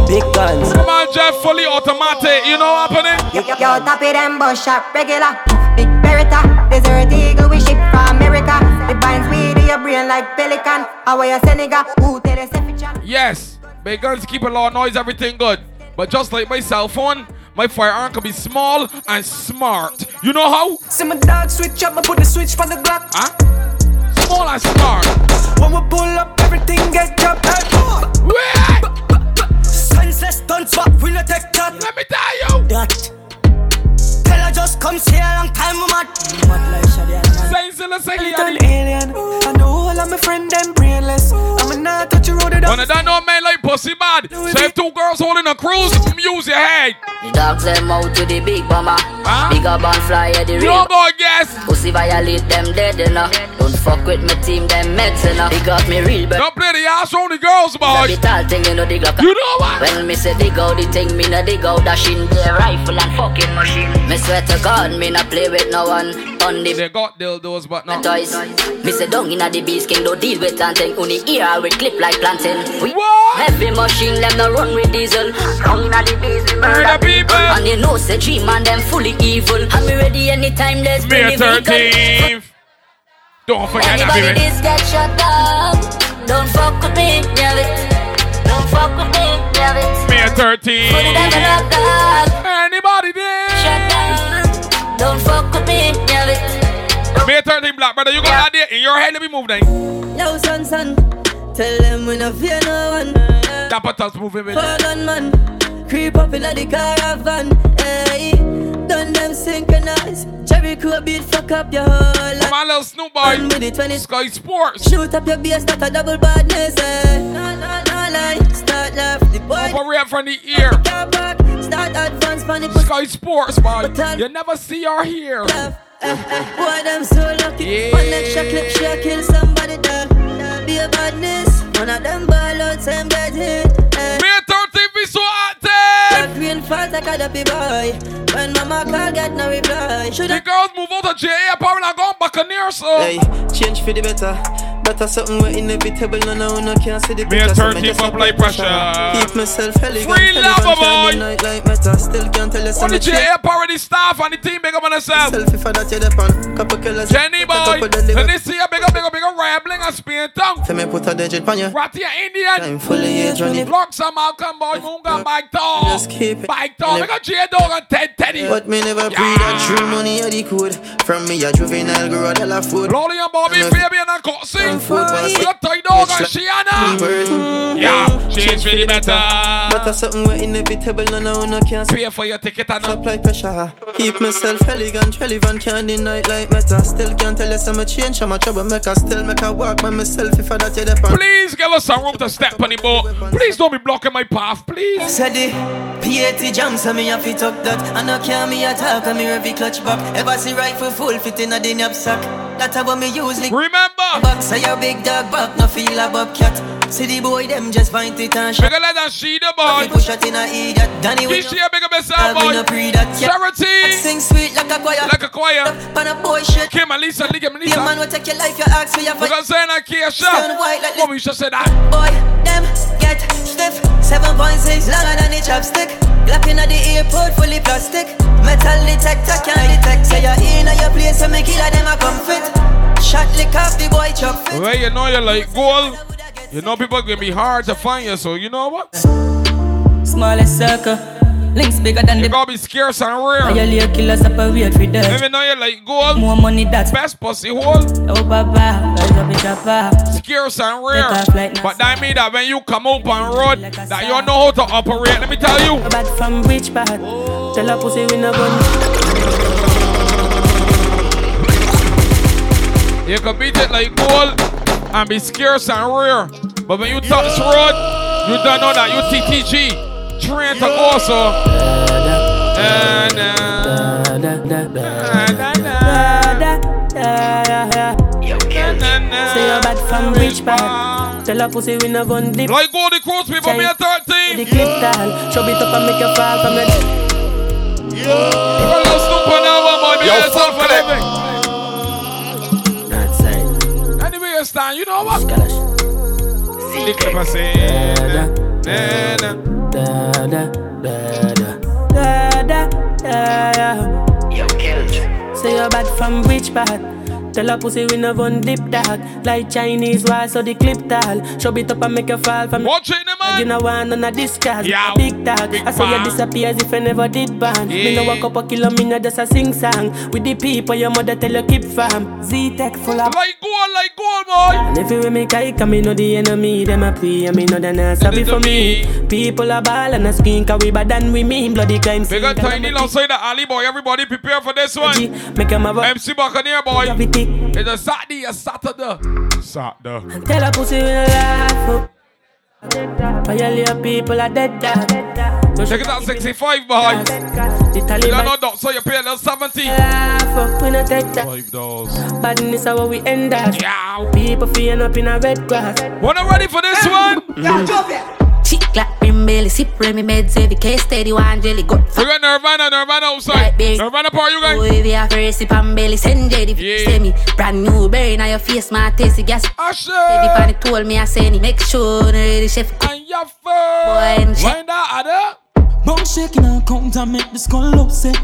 big guns.
Come on, Jeff, fully automatic. You know what happening?
Yo, yo, yo, top it and bush up regular. Big Beretta, desert eagle, we ship for America. The binds we to your brain like pelican. Away a Senegal, who tell us if it's a-
Yes, big guns keep a lot of noise, everything good. But just like my cell phone, my firearm can be small and smart. You know how?
See my dog switch up, I put the switch for the Glock.
Huh? Small and smart.
When we pull up, everything get dropped. Hey, Senseless stunts, but we no take that.
Let me tell you.
That. Tell her just come see a long time, we mad. Mad like Shadi and man.
Senseless
A little alien. I know all of my friend them brainless. I'm a not touch you road it
When I don't know man like pussy bad. So if two girls holding a cruise, use your head.
The dogs them out to the big bomber. Big up and fly at the
No more guess.
Pussy violate them dead enough. Don't fuck with my team, them meds enough. Big up me real, but
Don't play the ass on the girls, boy.
Capital thing, you know the Glock.
You know what?
When me say dig out the thing, me no dig out dashing the rifle and fucking machine. Me swear to God, me no play with no one. On the
They got dildos, but not.
toys. Me say down inna the beast king, don't deal with planting. Only ear I will clip like planting. We heavy machine, them no run with diesel. Down inna the beast, we murder people. And you know say dream and them fully evil. I be ready anytime there's
May
any vehicle.
13th. Don't forget that, baby.
Anybody this get shut down. Don't fuck with me, damn it. Don't fuck with me, damn it.
May 13th.
Put it up and up, dog.
Anybody there?
Shut down. Don't fuck with me, damn it.
May 13th, black brother. You got that idea in your head. Let me move then.
Yo, son, son, tell them we no fear no one.
Dapper Tots moving with
Hold on, man, creep up in the caravan. Hey, done them synchronize. Jericho beat, fuck up your whole life.
My little Snoop Boy, Sky Sports.
Shoot up your beers, not a double badness. Eh. No, no, no lie, start laugh. The boy
Operate from the ear.
car back, start advance, funny pussy.
Sky Sports, man. You never see her here.
Boy, them so lucky. One extra clip, she a kill somebody. Dog. Be a badness. One of them ball out, same get hit. Eh.
May 13th be so active.
That green fat like a dopey boy. When mama call, get no reply. Should
The
I
girls move out of JA, apparently I gone Buccaneers, so.
Hey, change for the better. Better something we're inevitable. No, no, no, can't see the
May
picture. so me
13th
just
for play pressure.
Keep myself elegant.
Free
elegant,
love,
shine
boy.
the night like meta. Still can't tell you
On the
something.
JA, apparently staff and the team big up on themselves.
Selfie for that you're the pan. Couple killers.
Jenny
put a
boy,
couple deliver.
and this year big up, big up, big up, rambling and spin tongue.
Tell me put a digit on you.
Ratty Indian.
I'm fully here, Johnny.
Block some outcome boy, moon gun, bike dog.
Just keep it.
Bike dog, big up J dog and Ted Teddy.
But me never breed a true money or the code. From me a juvenile grow a dollar food.
Lolly and Bobby, Fabian and Coxie.
food was
Big up Toy Dog and Shiana. Mm. Yeah, change for the better.
Better something we're inevitable. No, no, no, can't
Pay for your ticket and
Top like pressure. Keep myself elegant, relevant, candy night like meta. Still can't tell us I'm a change, I'm a troublemaker. Still make a walk by myself if I that you depend.
Please give us some room to step on the boat. Please don't be blocking my path, please.
Said the PAT jam, so me have it up that. And I can me attack, and me revy clutch back. Ever see rifle full fit in a the knapsack. That's how me usually
Remember,
back. Say your big dog back, no feel a bobcat. See the boy them just find it and shot.
bigger let us see the
He
boy.
push out in a idiot. Danny we
This year, bigger myself,
I we no
boy.
pre that. Yeah.
Charity,
Sing sweet like a choir.
like a choir.
Pan a boy shit.
Kim and Lisa, Lee, Kim and
Be a
Lisa.
man will take your life, your axe for your fight.
Because saying I can't shot. What we should say that.
Boy, them get stiff. 7.6 longer than the chopstick. Glapping at the airport, fully plastic. Metal detector can't detect. Say you're in or your place, so me killer them a comfort. Shot lick off the boy chop fit.
Well, you know you're like gold. You know people gonna be hard to find you, so you know what?
Smallest circle. Links bigger than
You
the
gotta be scarce and rare.
Violate killers separate with dirt.
Even know you're like gold.
More money that's
Best pussy hole,
Oh papa, rise up it up ah.
scarce and rare. But that mean that when you come up on road, that you know how to operate. Let me tell you.
Bad from rich bad Tell a pussy we no gun
You can beat it like gold and be scarce and rare. But when you touch road, you don't know that you TTG. Trent and also. uh, Da, da. Da, da,
Say you're bad from rich part. Tell her pussy we no gun dip.
Like Goldie Cross, me for me a 13.
The clip down, chop it up and make you fall from your.
Hello, Snoop on that one, boy. Me
Yo,
a song for them. Anyway, you stand, you know what? Lick up and say, na, na, na.
Da da da da. You killed. Say you're bad from rich part. Tell her pussy we no gun dip dog. Like Chinese wall, so the clip tall. Chop it up and make you fall from.
Watch it, man.
You know one none of this cause.
Yeah.
Big dog.
Big
I saw
man.
you disappear as if I never did ban. Me
Yeah.
no walk up a kilo, me no just a sing song. With the people your mother tell you keep from. Z Tech full of.
Like gold, like gold, boy.
And if you will make I come, me know the enemy, them a pray, and me know they not sorry for me. People are ball and a skin, cause we bad than we mean, bloody crime scene.
Bigger tiny outside the alley, boy. Everybody prepare for this one.
Make 'em have a-
MC Buccaneer, boy. It's a Saturday, a Saturday. Saturday.
Tell a pussy we no laugh, oh. For your little people are dead, dog.
Check it out, 65, boy.
The
You don't
Taliban
know, dog, so you pay a little 70.
laugh, oh. We no take that.
Five dollars.
Badness how we end up. People feeling up in a red grass.
Wanna ready for this one?
Chick like rim belly, sip remy meds every case steady one jelly good.
We got Nirvana, Nirvana outside. Nirvana part, you
Go
guys.
if you have a sip and belly, send jelly yeah. send me. Brand new berry now your face, my taste the gas.
Usher.
Baby pan told me I send it. Make sure no ready chef.
And your face. Boy,
and
Wind that other.
Bum shaking and count and make the skull upset.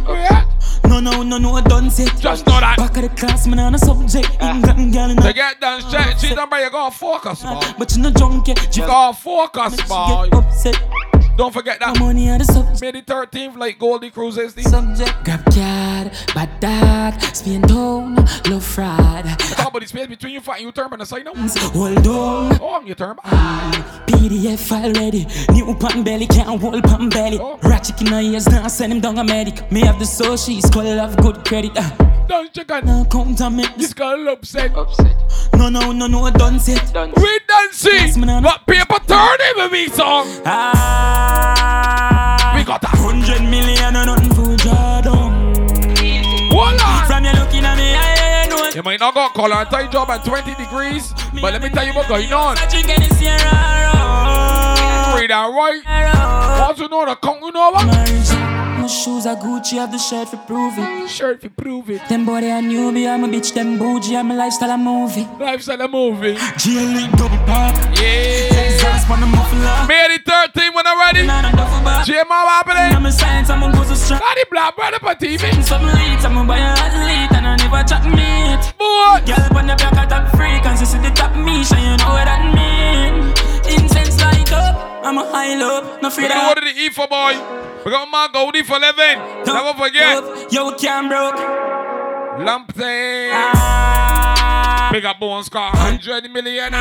No, no, no, no, I done set.
oh, Just know that.
Back of the class, man, on a subject. England gal in
To
a
get done, check, cheat, and you gotta focus, boy.
but you no drunk yet.
You gotta focus, boy. Don't forget that.
Money on the subject.
May the 13th, like Goldie Cruises. The
subject. Grab card, bad dog, spin down, low fraud.
Talk about the space between you fighting you term and the side now.
Mm. Hold on.
Oh, I'm your term.
PDF file ready. New pan belly, can't hold pan belly. Ratchet in her ears, now send him down a medic. Me have the soul, she's called love, good credit. Ah.
Don't check on
now count and make this
girl upset.
Upset. No, no, no, no, done set. Done.
We done see what paper turn it with me song.
Ah.
Ah.
We got a
hundred million and nothing for Jordan.
Hold on.
From you looking at me, I ain't no
You might not got collar and tie job and 20 degrees, but let me tell you what going on.
chicken is here.
Read that right. Want to know the count, you know what?
My shoes are Gucci, have the shirt for proof it.
Shirt for prove it.
Them body a newbie, I'm a bitch, them bougie, I'm a lifestyle a movie.
Lifestyle a movie.
GLE double park.
Yeah.
Texas on the muffler.
May the 13th when I'm ready. Jim, how happening?
I'm a science, I'm a go to strap.
Got it, black brother, but TV.
Something late, I'm a buy a hot late, and I never chat meat.
Boy.
Girl, when the black a top freak, and she see the top me, so you know what that mean. Incense light up, I'm a high up, no
We
fear
got order the E for boy. We got my Goldie for living. Never forget.
Yo, can broke. Ah,
Lamp thing. Big up Bones car. 100 million.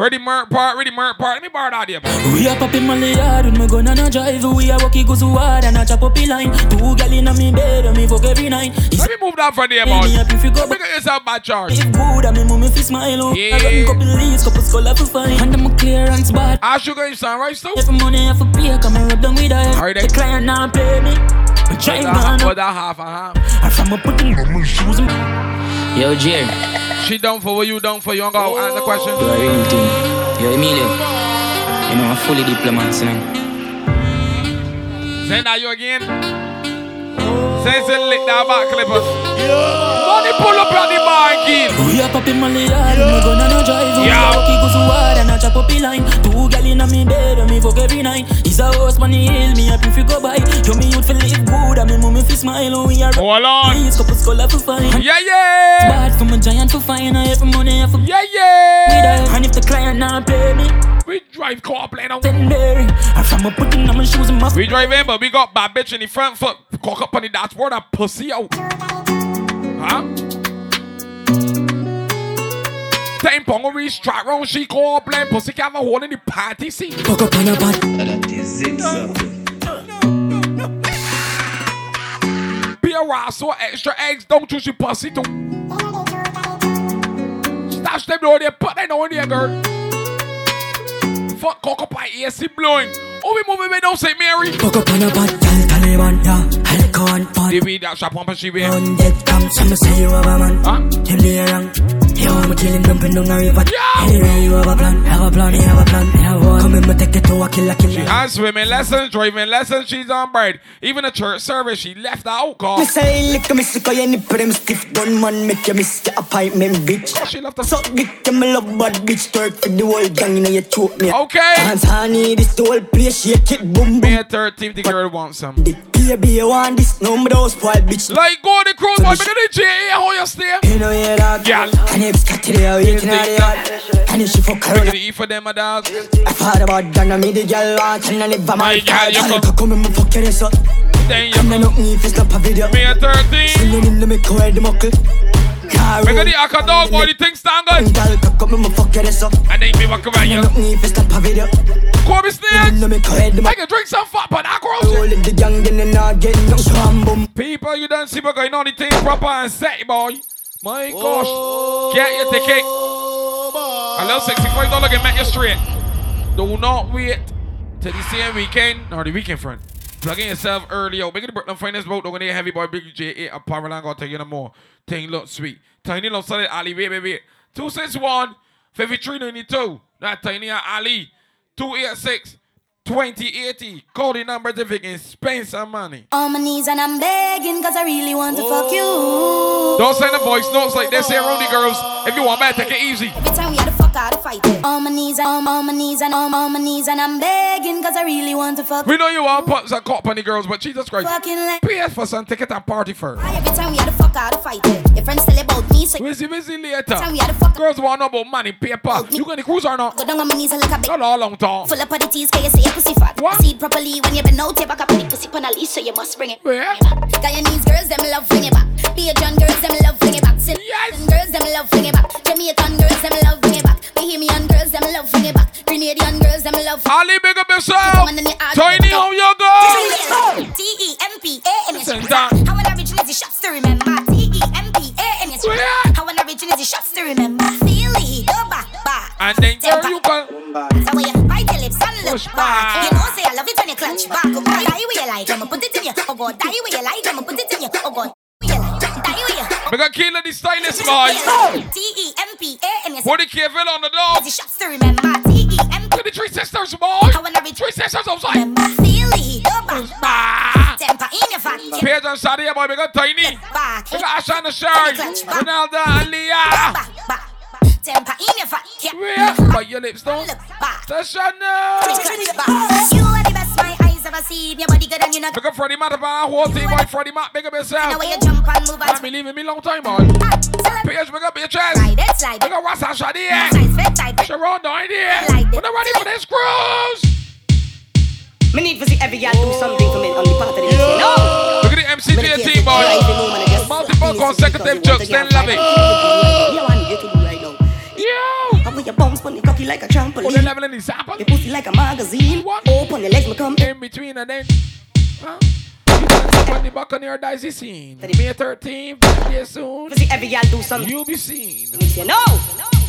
Ready, Merc Park. Ready, Merc Park. Let me borrow that idea, boy.
We up up in my yard with my gun and a drive. We a walk it goes hard and a chop up in line. Two gal in me bed and me fuck every night. It's
Let me move down from there, boy.
me up if you go
Look at yourself, my charge.
good and me mummy fi smile. Oh, I run couple leaves, couple skull up for fine. And I'm a clearance bad.
I should go inside right still.
If money I for pay, come and rub down with her.
Alright,
the client now pay me. I drive on
What that half uh-huh. and half.
And from a putting on my shoes.
Yo, Jim. She done for what you done for. You don't go answer question.
You are real thing. Yo, Emilio. You know, I'm fully diplomat, you know.
Send that you again. Say, say, lick that back clipper. Money pull up on the bar again.
We up up in Oh, my yard, me gun and a drive. We
Yeah.
a walk it goes hard and a chop up in line. Two gal in me bed and me fuck every night. Is a horse on the hill, me up if you go by. Yo, me youth fi live good and me mummy fi smile. Oh, we are
Hold on.
These couple skull up for fine.
Yeah, yeah.
Bad from a giant for fine. I have money, I for
yeah, yeah.
And if the client not pay me,
we drive car plane on.
Berry. I'm from a putting on my shoes and my
We drive in, but we got bad bitch in the front foot. Cock up on the dashboard and pussy out. Huh? Time Pongo reach track round, she call up playing pussy can have a hole in the party seat.
fuck up on a bad.
Be a rasso, extra eggs, don't choose your pussy too. Stash them down there, put them down there, girl. fuck cocoa pie ESC blowing. Oh, we moving way down St. Mary.
Coco pan a bad gal Taliban yeah. Helicon pot
They be that shop on she be.
On dead come Some say you have a man Him lay around He want me kill him Dumping down the river Anyway you have a plan Have a plan He have a plan He have one Come in me take it to a killer
She
killer
has swimming lessons, driving lessons, she's on bread. Even a church service, she left the alcohol.
Me say lick me sick of your nipple Them stiff gun man Make you miss your appointment bitch Suck dick Them love bad bitch Twerk for the whole gang You know you choke
Oh,
me
Okay
Dance honey This the whole place Shake it boom boom
May 13th, the girl wants some.
Baby, you want this number those spoil bitch.
Like go on the cruise, boy, make it a J.A. how you stay.
You know you dog. Yeah. And if cat today, you eating out the yard. And if she fuck
Make it
around,
a E for them, my dogs.
I thought about that. Now me the girl want and I live by my
girl, you
come. come and me fuck your ass up.
Then you
come. And knock me if it's not a video.
Me a 13.
She know me, me call the muckle. Car
Make it
road.
the Akka dog, boy, the thing stand good.
Girl, cock up me, me fuck your ass up.
And then me walk around you.
Knock me if it's not a video.
Call me snake.
Know me call the
I can drink some fat, but I grow.
Roll in the gang, then I not get no swam boom.
People, you don't see what going on. The thing proper and set, boy. My gosh. Get your ticket. I love $65 and make you straight. Do not wait till the same weekend or the weekend, friend. Plug in yourself early out. Make it the Brooklyn Finance boat. Don't get heavy boy. Big eh, J8 and Paralang. I'll tell you no more. Thing look sweet. Tiny love solid Ali. Wait, wait, wait. 261 5392. That tiny and Ali. 286 2080. Call the number if you can spend some money.
On my knees and I'm begging cause I really want to fuck you.
Don't send the voice notes like this here, Rooney girls. If you want man, take it easy.
Every time we had a fuck out of fight. On my knees and on, on my knees and on, on my knees and I'm begging cause I really want to fuck
We know you are pops and cop on the girls, but Jesus Christ.
Fucking like
PS for some ticket and party first.
every time we had a fuck out of fight. Your friends tell about me, so
Busy, busy later.
Tell me how the fuck-
Girls want to know about money, paper. You going to cruise or not?
go down on my knees and look a bit.
Not all long time.
Full up of the teas, cause you say your pussy fat. I see it properly when you been out, you back up on the pussy pan a leash, so you must bring it.
Yeah.
Guyanese girls, them love fling it back. Bajan girls, them love fling it back. Sin yes. girls, them love fling it back. Jamaican girls, them love fling it back. Bahamian girls, them love fling it back. Grenadian girls, them love
Ali, big up yourself. Tiny, how you go?
E. T-E-M-P-A-M-S
Send that.
How an original is shots to remember E T-E-M-P-A-M-S How an original is shots to remember Feel it, go back, back
And then girl, you can.
So when you bite your lips and look back You know say I love it when you clutch back Oh God, die where you like, I'ma put it in you Oh God, die where you like, I'ma put it in you Oh God, die where you like, die where you E
We got Keela the stylist, boy.
T-E-M-P-A-M-S
What the KFL on the dog?
Is shots to remember E T-E-M-P
To the three sisters, boy. Three sisters outside.
Feel it, go back, back Temper in your fat
Page and Sadia, boy. We got Tiny. We got Asha and the Shard. Ronaldo, Aliyah.
Temper in your fat
Yeah. But your lips don't. Tashana.
You are the best my eyes ever see. Your body good and you know.
Big up Freddie Matt, man. I hope they boy Freddie Matt. Big up
I
yourself.
know where you jump and move
I've
and
been leaving me long time, boy. Page, big up your chest.
slide it, slide
Big
it.
up Ross and Shadia. Sharon, down here. We're not ready for this cruise.
Me need to see every girl do something for me on the part of the music. No!
Look at the MCJ team, boy. Multiple consecutive jokes, then love it.
You want you to do right now. Yeah! I put your bones on the cocky like a trampoline.
Oh, the leveling is happening.
Your pussy like a magazine. What? Open your legs, me come
in between and then. Huh? You dance up on the Buccaneer Dicey scene. May 13th, birthday soon.
See every girl do something.
You'll be seen.
Me say no!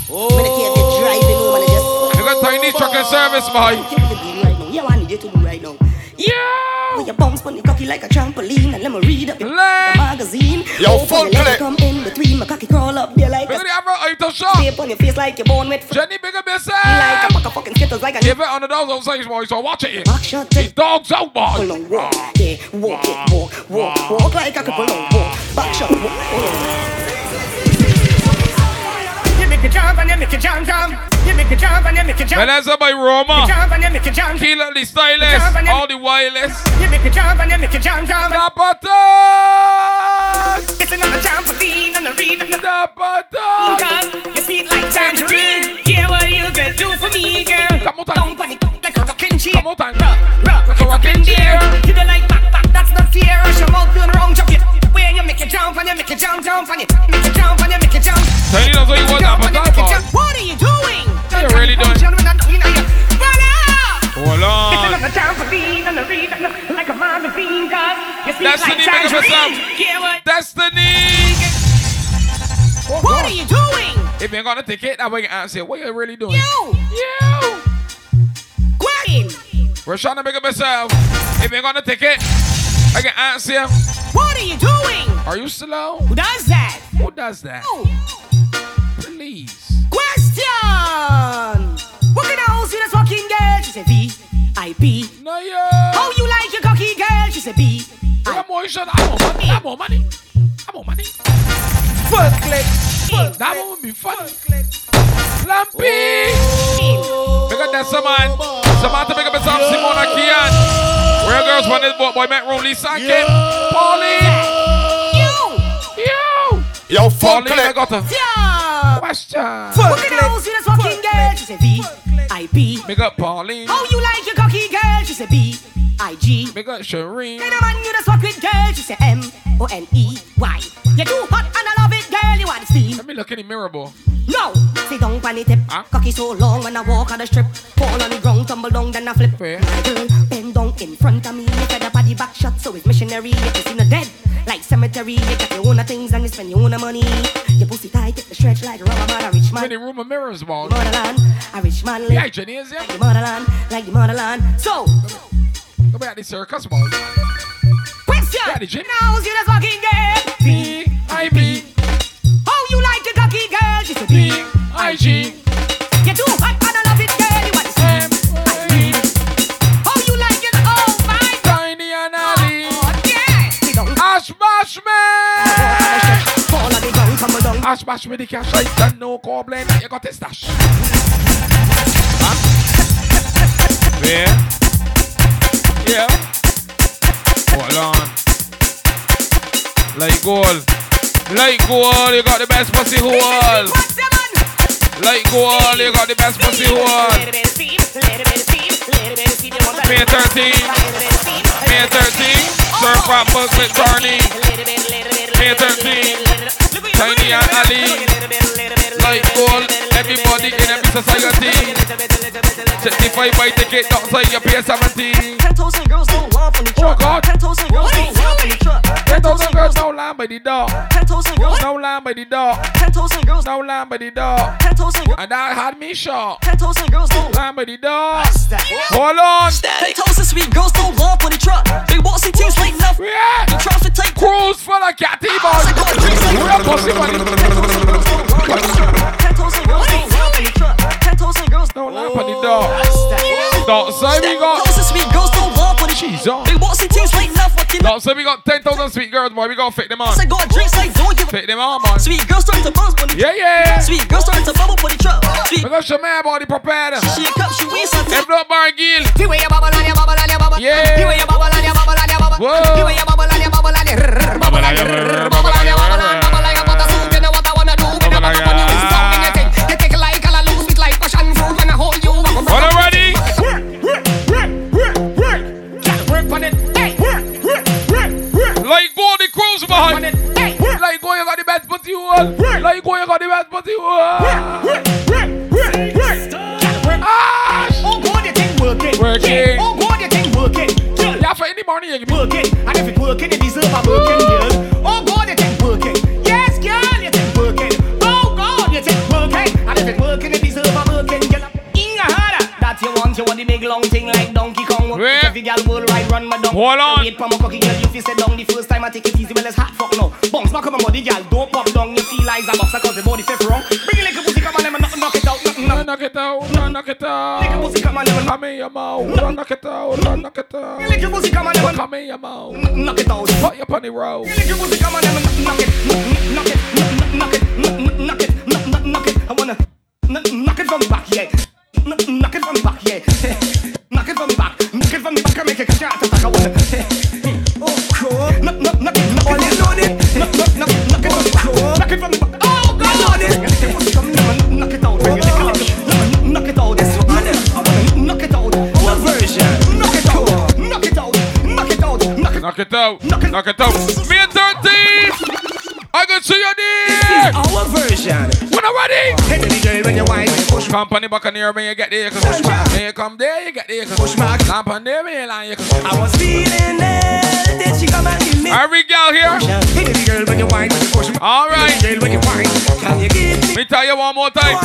Oh! Me the care if driving home and I
You got tiny
just.
truck and service, boy.
You want you to do right now. Yeah! Put your bones on the cocky like a trampoline and let me read up your the magazine.
Yo,
Open
full
your
clip.
legs, Come in between my cocky crawl up there like
Look at the Afro Item
Step on your face like you're born with
Jenny bigger missile
Like a motherfucking skittles like a
Give it on the dogs on stage, boy, so watch it. here. These dogs out, boy.
Pull on walk, yeah, walk it, walk, walk, walk like I could pull on walk, back shot, walk, oh.
You make it jump and you make it jump jump. You make it jump and you make it jump.
Vanessa by
You jump
Roma.
and you make it jump.
Killer the stylist. All the wireless.
You make it jump and you make it jump jump.
Zapata.
It's another trampoline on the reed of the
Zapata.
Come, your feet like tangerine. Yeah, what you gonna do for me, girl? Come on, don't panic like a rocking chair. Come on, rock, rock like a rocking chair. You don't like back, back, that's not fair. Rush your mouth, doing wrong, jump it. Where you make it jump and you make it jump, jump and you make it jump and you make it jump.
Tell you that's what you want,
Jump and you make it
Zapata.
jump. What are you doing?
You're really Uh, doing- Hold on.
It's another trampoline on the reed, like a magazine, girl. Your feet like
Destiny, make up yourself.
tangerine. Yeah, what?
Destiny.
What are you doing?
If you're gonna take it, that way you answer. What you really doing?
You! You!
We're trying to make up myself. If you're gonna take it, I can answer you.
What are you doing?
Are you still out?
Who does that?
Who does that? Please.
Question! What can I host you this fucking girl? She said B, I B.
No,
How you like your cocky girl? She said B.
I'm more I want money. I want money. I want money.
Fuck click.
Fuck that won't be funny. Lampy. Big up that Saman. Samantha big up his arm. Simona Kian. Real girls when this boy, boy met Rolly Sackett. Pauline. You.
Yo, fuck
Pauline, I
click.
got her.
Yeah.
Question.
What can I host you this fucking girl? She said B, I B.
Big up Pauline.
How you like your cocky girl? She said B, I G.
Big up Shireen.
Can a man you just fuck with girl? She said M O N E Y. You too hot and I love it, girl. You want steam?
Let me look in the mirror, boy.
No, sit down on the tip. Cocky so long when I walk on the strip. Fall on the ground, tumble down, then I flip. My girl bend down in front of me. Look at the body back shot, so it's missionary. You can see the dead like cemetery. You got your own things and you spend your own money. Your pussy tight, it stretch like rubber, man. I reach man.
Many room of mirrors, boy.
Motherland, I reach man.
Yeah, Jenny is yeah.
Like the motherland, like the motherland. So,
Go back to the circus, boy.
question.
Yeah, the gym.
Now you just fucking girl.
B I B.
How you like your cocky girl? She's a B I G. You too hot, I don't love it, girl. You want to say How you like it? Oh my
Tiny and Ali. Ash Bash Man. Ash Bash Man, the cash like that, no goblin. You got this dash. Huh? Yeah. Yeah. Hold on. Like goal. Like goal, you got the best pussy who all. Like goal, you got the best pussy who all. May 13. May 13. Sir Fat Bugs with Tarney. May 13. Tiny and Ali. Like goal, everybody in every society. 65 by ticket, outside your pay 17.
Ten thousand girls don't lie from the
Oh God.
Ten thousand girls don't lie from the truck.
10,000 girls don't lie by the door. 10,000 girls don't lie by the door.
10,000 girls
don't lie by the door.
10,000 girls.
And that had me shot.
10,000 girls don't
lie by the door. Hold on.
Ten thousand sweet girls don't lie from the truck. They walk in teams like nothing.
The
traffic take
cruise for the cat boy. Real pussy money.
10,000 girls don't
don't
lie from the truck. 10,000 girls
lie from the door. Don't say we got.
sweet girls don't lie from the
Jesus.
They walk in teams like nothing.
Don't say we got 10,000 sweet girls, boy. We gonna fit them on.
I got drinks like don't give
Fit them on, boy.
Sweet girls start to bounce for the
Yeah, yeah.
Sweet girls start to bubble for the truck. Sweet
Because your man body prepared.
she a cup, she wins a
Them not bar gill.
The way you bubble and you bubble and you bubble.
Yeah.
The way you bubble and you bubble and you bubble.
Whoa.
The way you bubble and you bubble and you rrrr, bubble and you rrrr, bubble and you bubble and bubble and you bubble. So you know what I wanna do when I bubble up on you. It's something you take. You take it like a la loose, bit like passion fruit when I hold you.
All ready?
Work, work, work, work, work. Gotta work on it. Hey. Work, work, work, work.
Like go the cruise behind.
Hey.
Like go you got the best pussy world. Like go you got the best pussy world.
Oh God, you think working?
Ah, Working.
Oh God, you think working? Girl,
Yeah, for any morning you give me.
working, and if it working, you deserve a working, girl. Oh God, you think working? Yes, girl, you think working. Oh God, you think working, and if it working, you deserve a working, girl. Inga harder. That you want, you want the big long thing like Donkey Kong.
Yeah.
Every girl worldwide run my down.
Hold on.
You wait for my cocky girl, you feel sit down the first time I take it easy, well it's hot fuck no. Bounce back on my body, girl, don't pop down. You feel like a boxer 'cause the body fifth wrong. Bring it like a pussy, come on, let me knock, knock it out, knock, knock.
Run knock it out, run knock it out.
pussy, come on, let me
Come in your mouth. Run knock it out, run knock it out.
Lick your pussy, come on, let me
Come in your mouth.
knock it out.
Put your pony roll.
Lick your pussy, come on, let me knock it, knock it, knock it, knock it, knock it, knock it, knock- knock- knock it. I wanna kn- knock it from the back, yeah. Kn- knock it from the back, yeah. Knock it from the back, knock it from the back, I make it catch your heart attack. I wanna- Knock- knock- knock it, knock it from the back. Knock- knock- knock it, knock it from the back, knock it from the back. Oh, God. Lick your pussy, come on, let me knock it out. Lick it, lick it, let me knock it out. I wanna knock it out. Knock it out, knock it out, knock it out, knock it-
Knock it out. Knock it out. Me and 13. I can see you there.
Our version.
When I'm ready.
Hit the DJ when you whine, when you push
Company Buccaneer, when you get there, you can push back. When you come there, you get there, you can push back. Lamp on there, man, and you can
I was feeling it, then she come and give me.
Every girl here.
Hit the girl when you whine, when you push back.
All right.
Hit the girl when you whine. Can you give me?
Me tell you one more time.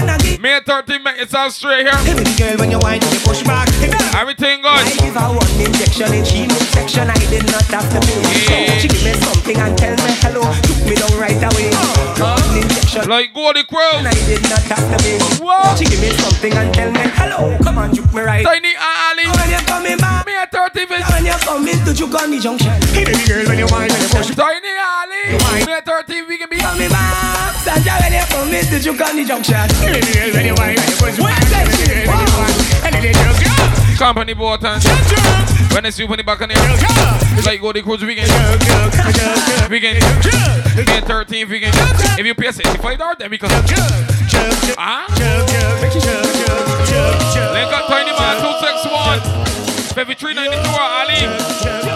May 13 make yourself straight here.
Hit the girl when you whine, when you push back. Hit the
Everything good.
I give her one injection and she no section. I did not have to pay. So she give me something and tell me hello. Took me down right away. One injection.
Like go the crow.
And I did not have to pay. She give me something and tell me hello. Come on, took me right.
Tiny Ali.
When you coming back.
Me at 30 feet.
When you coming to Jukani Junction. Hey baby girl, when you wine, when you push.
Tiny Ali. Me at 30 we can be.
Coming back. Sanja, when you coming to Jukani Junction. Hey baby girl, when you wine, when you push. What's that shit? And it is your girl.
Company board time. When they see you in the back of the it's like go to cruise weekend. Weekend. Weekend 13th weekend. If you pay $65, then we can. Ah? Link up Tiny Man 261. 5392 Ali.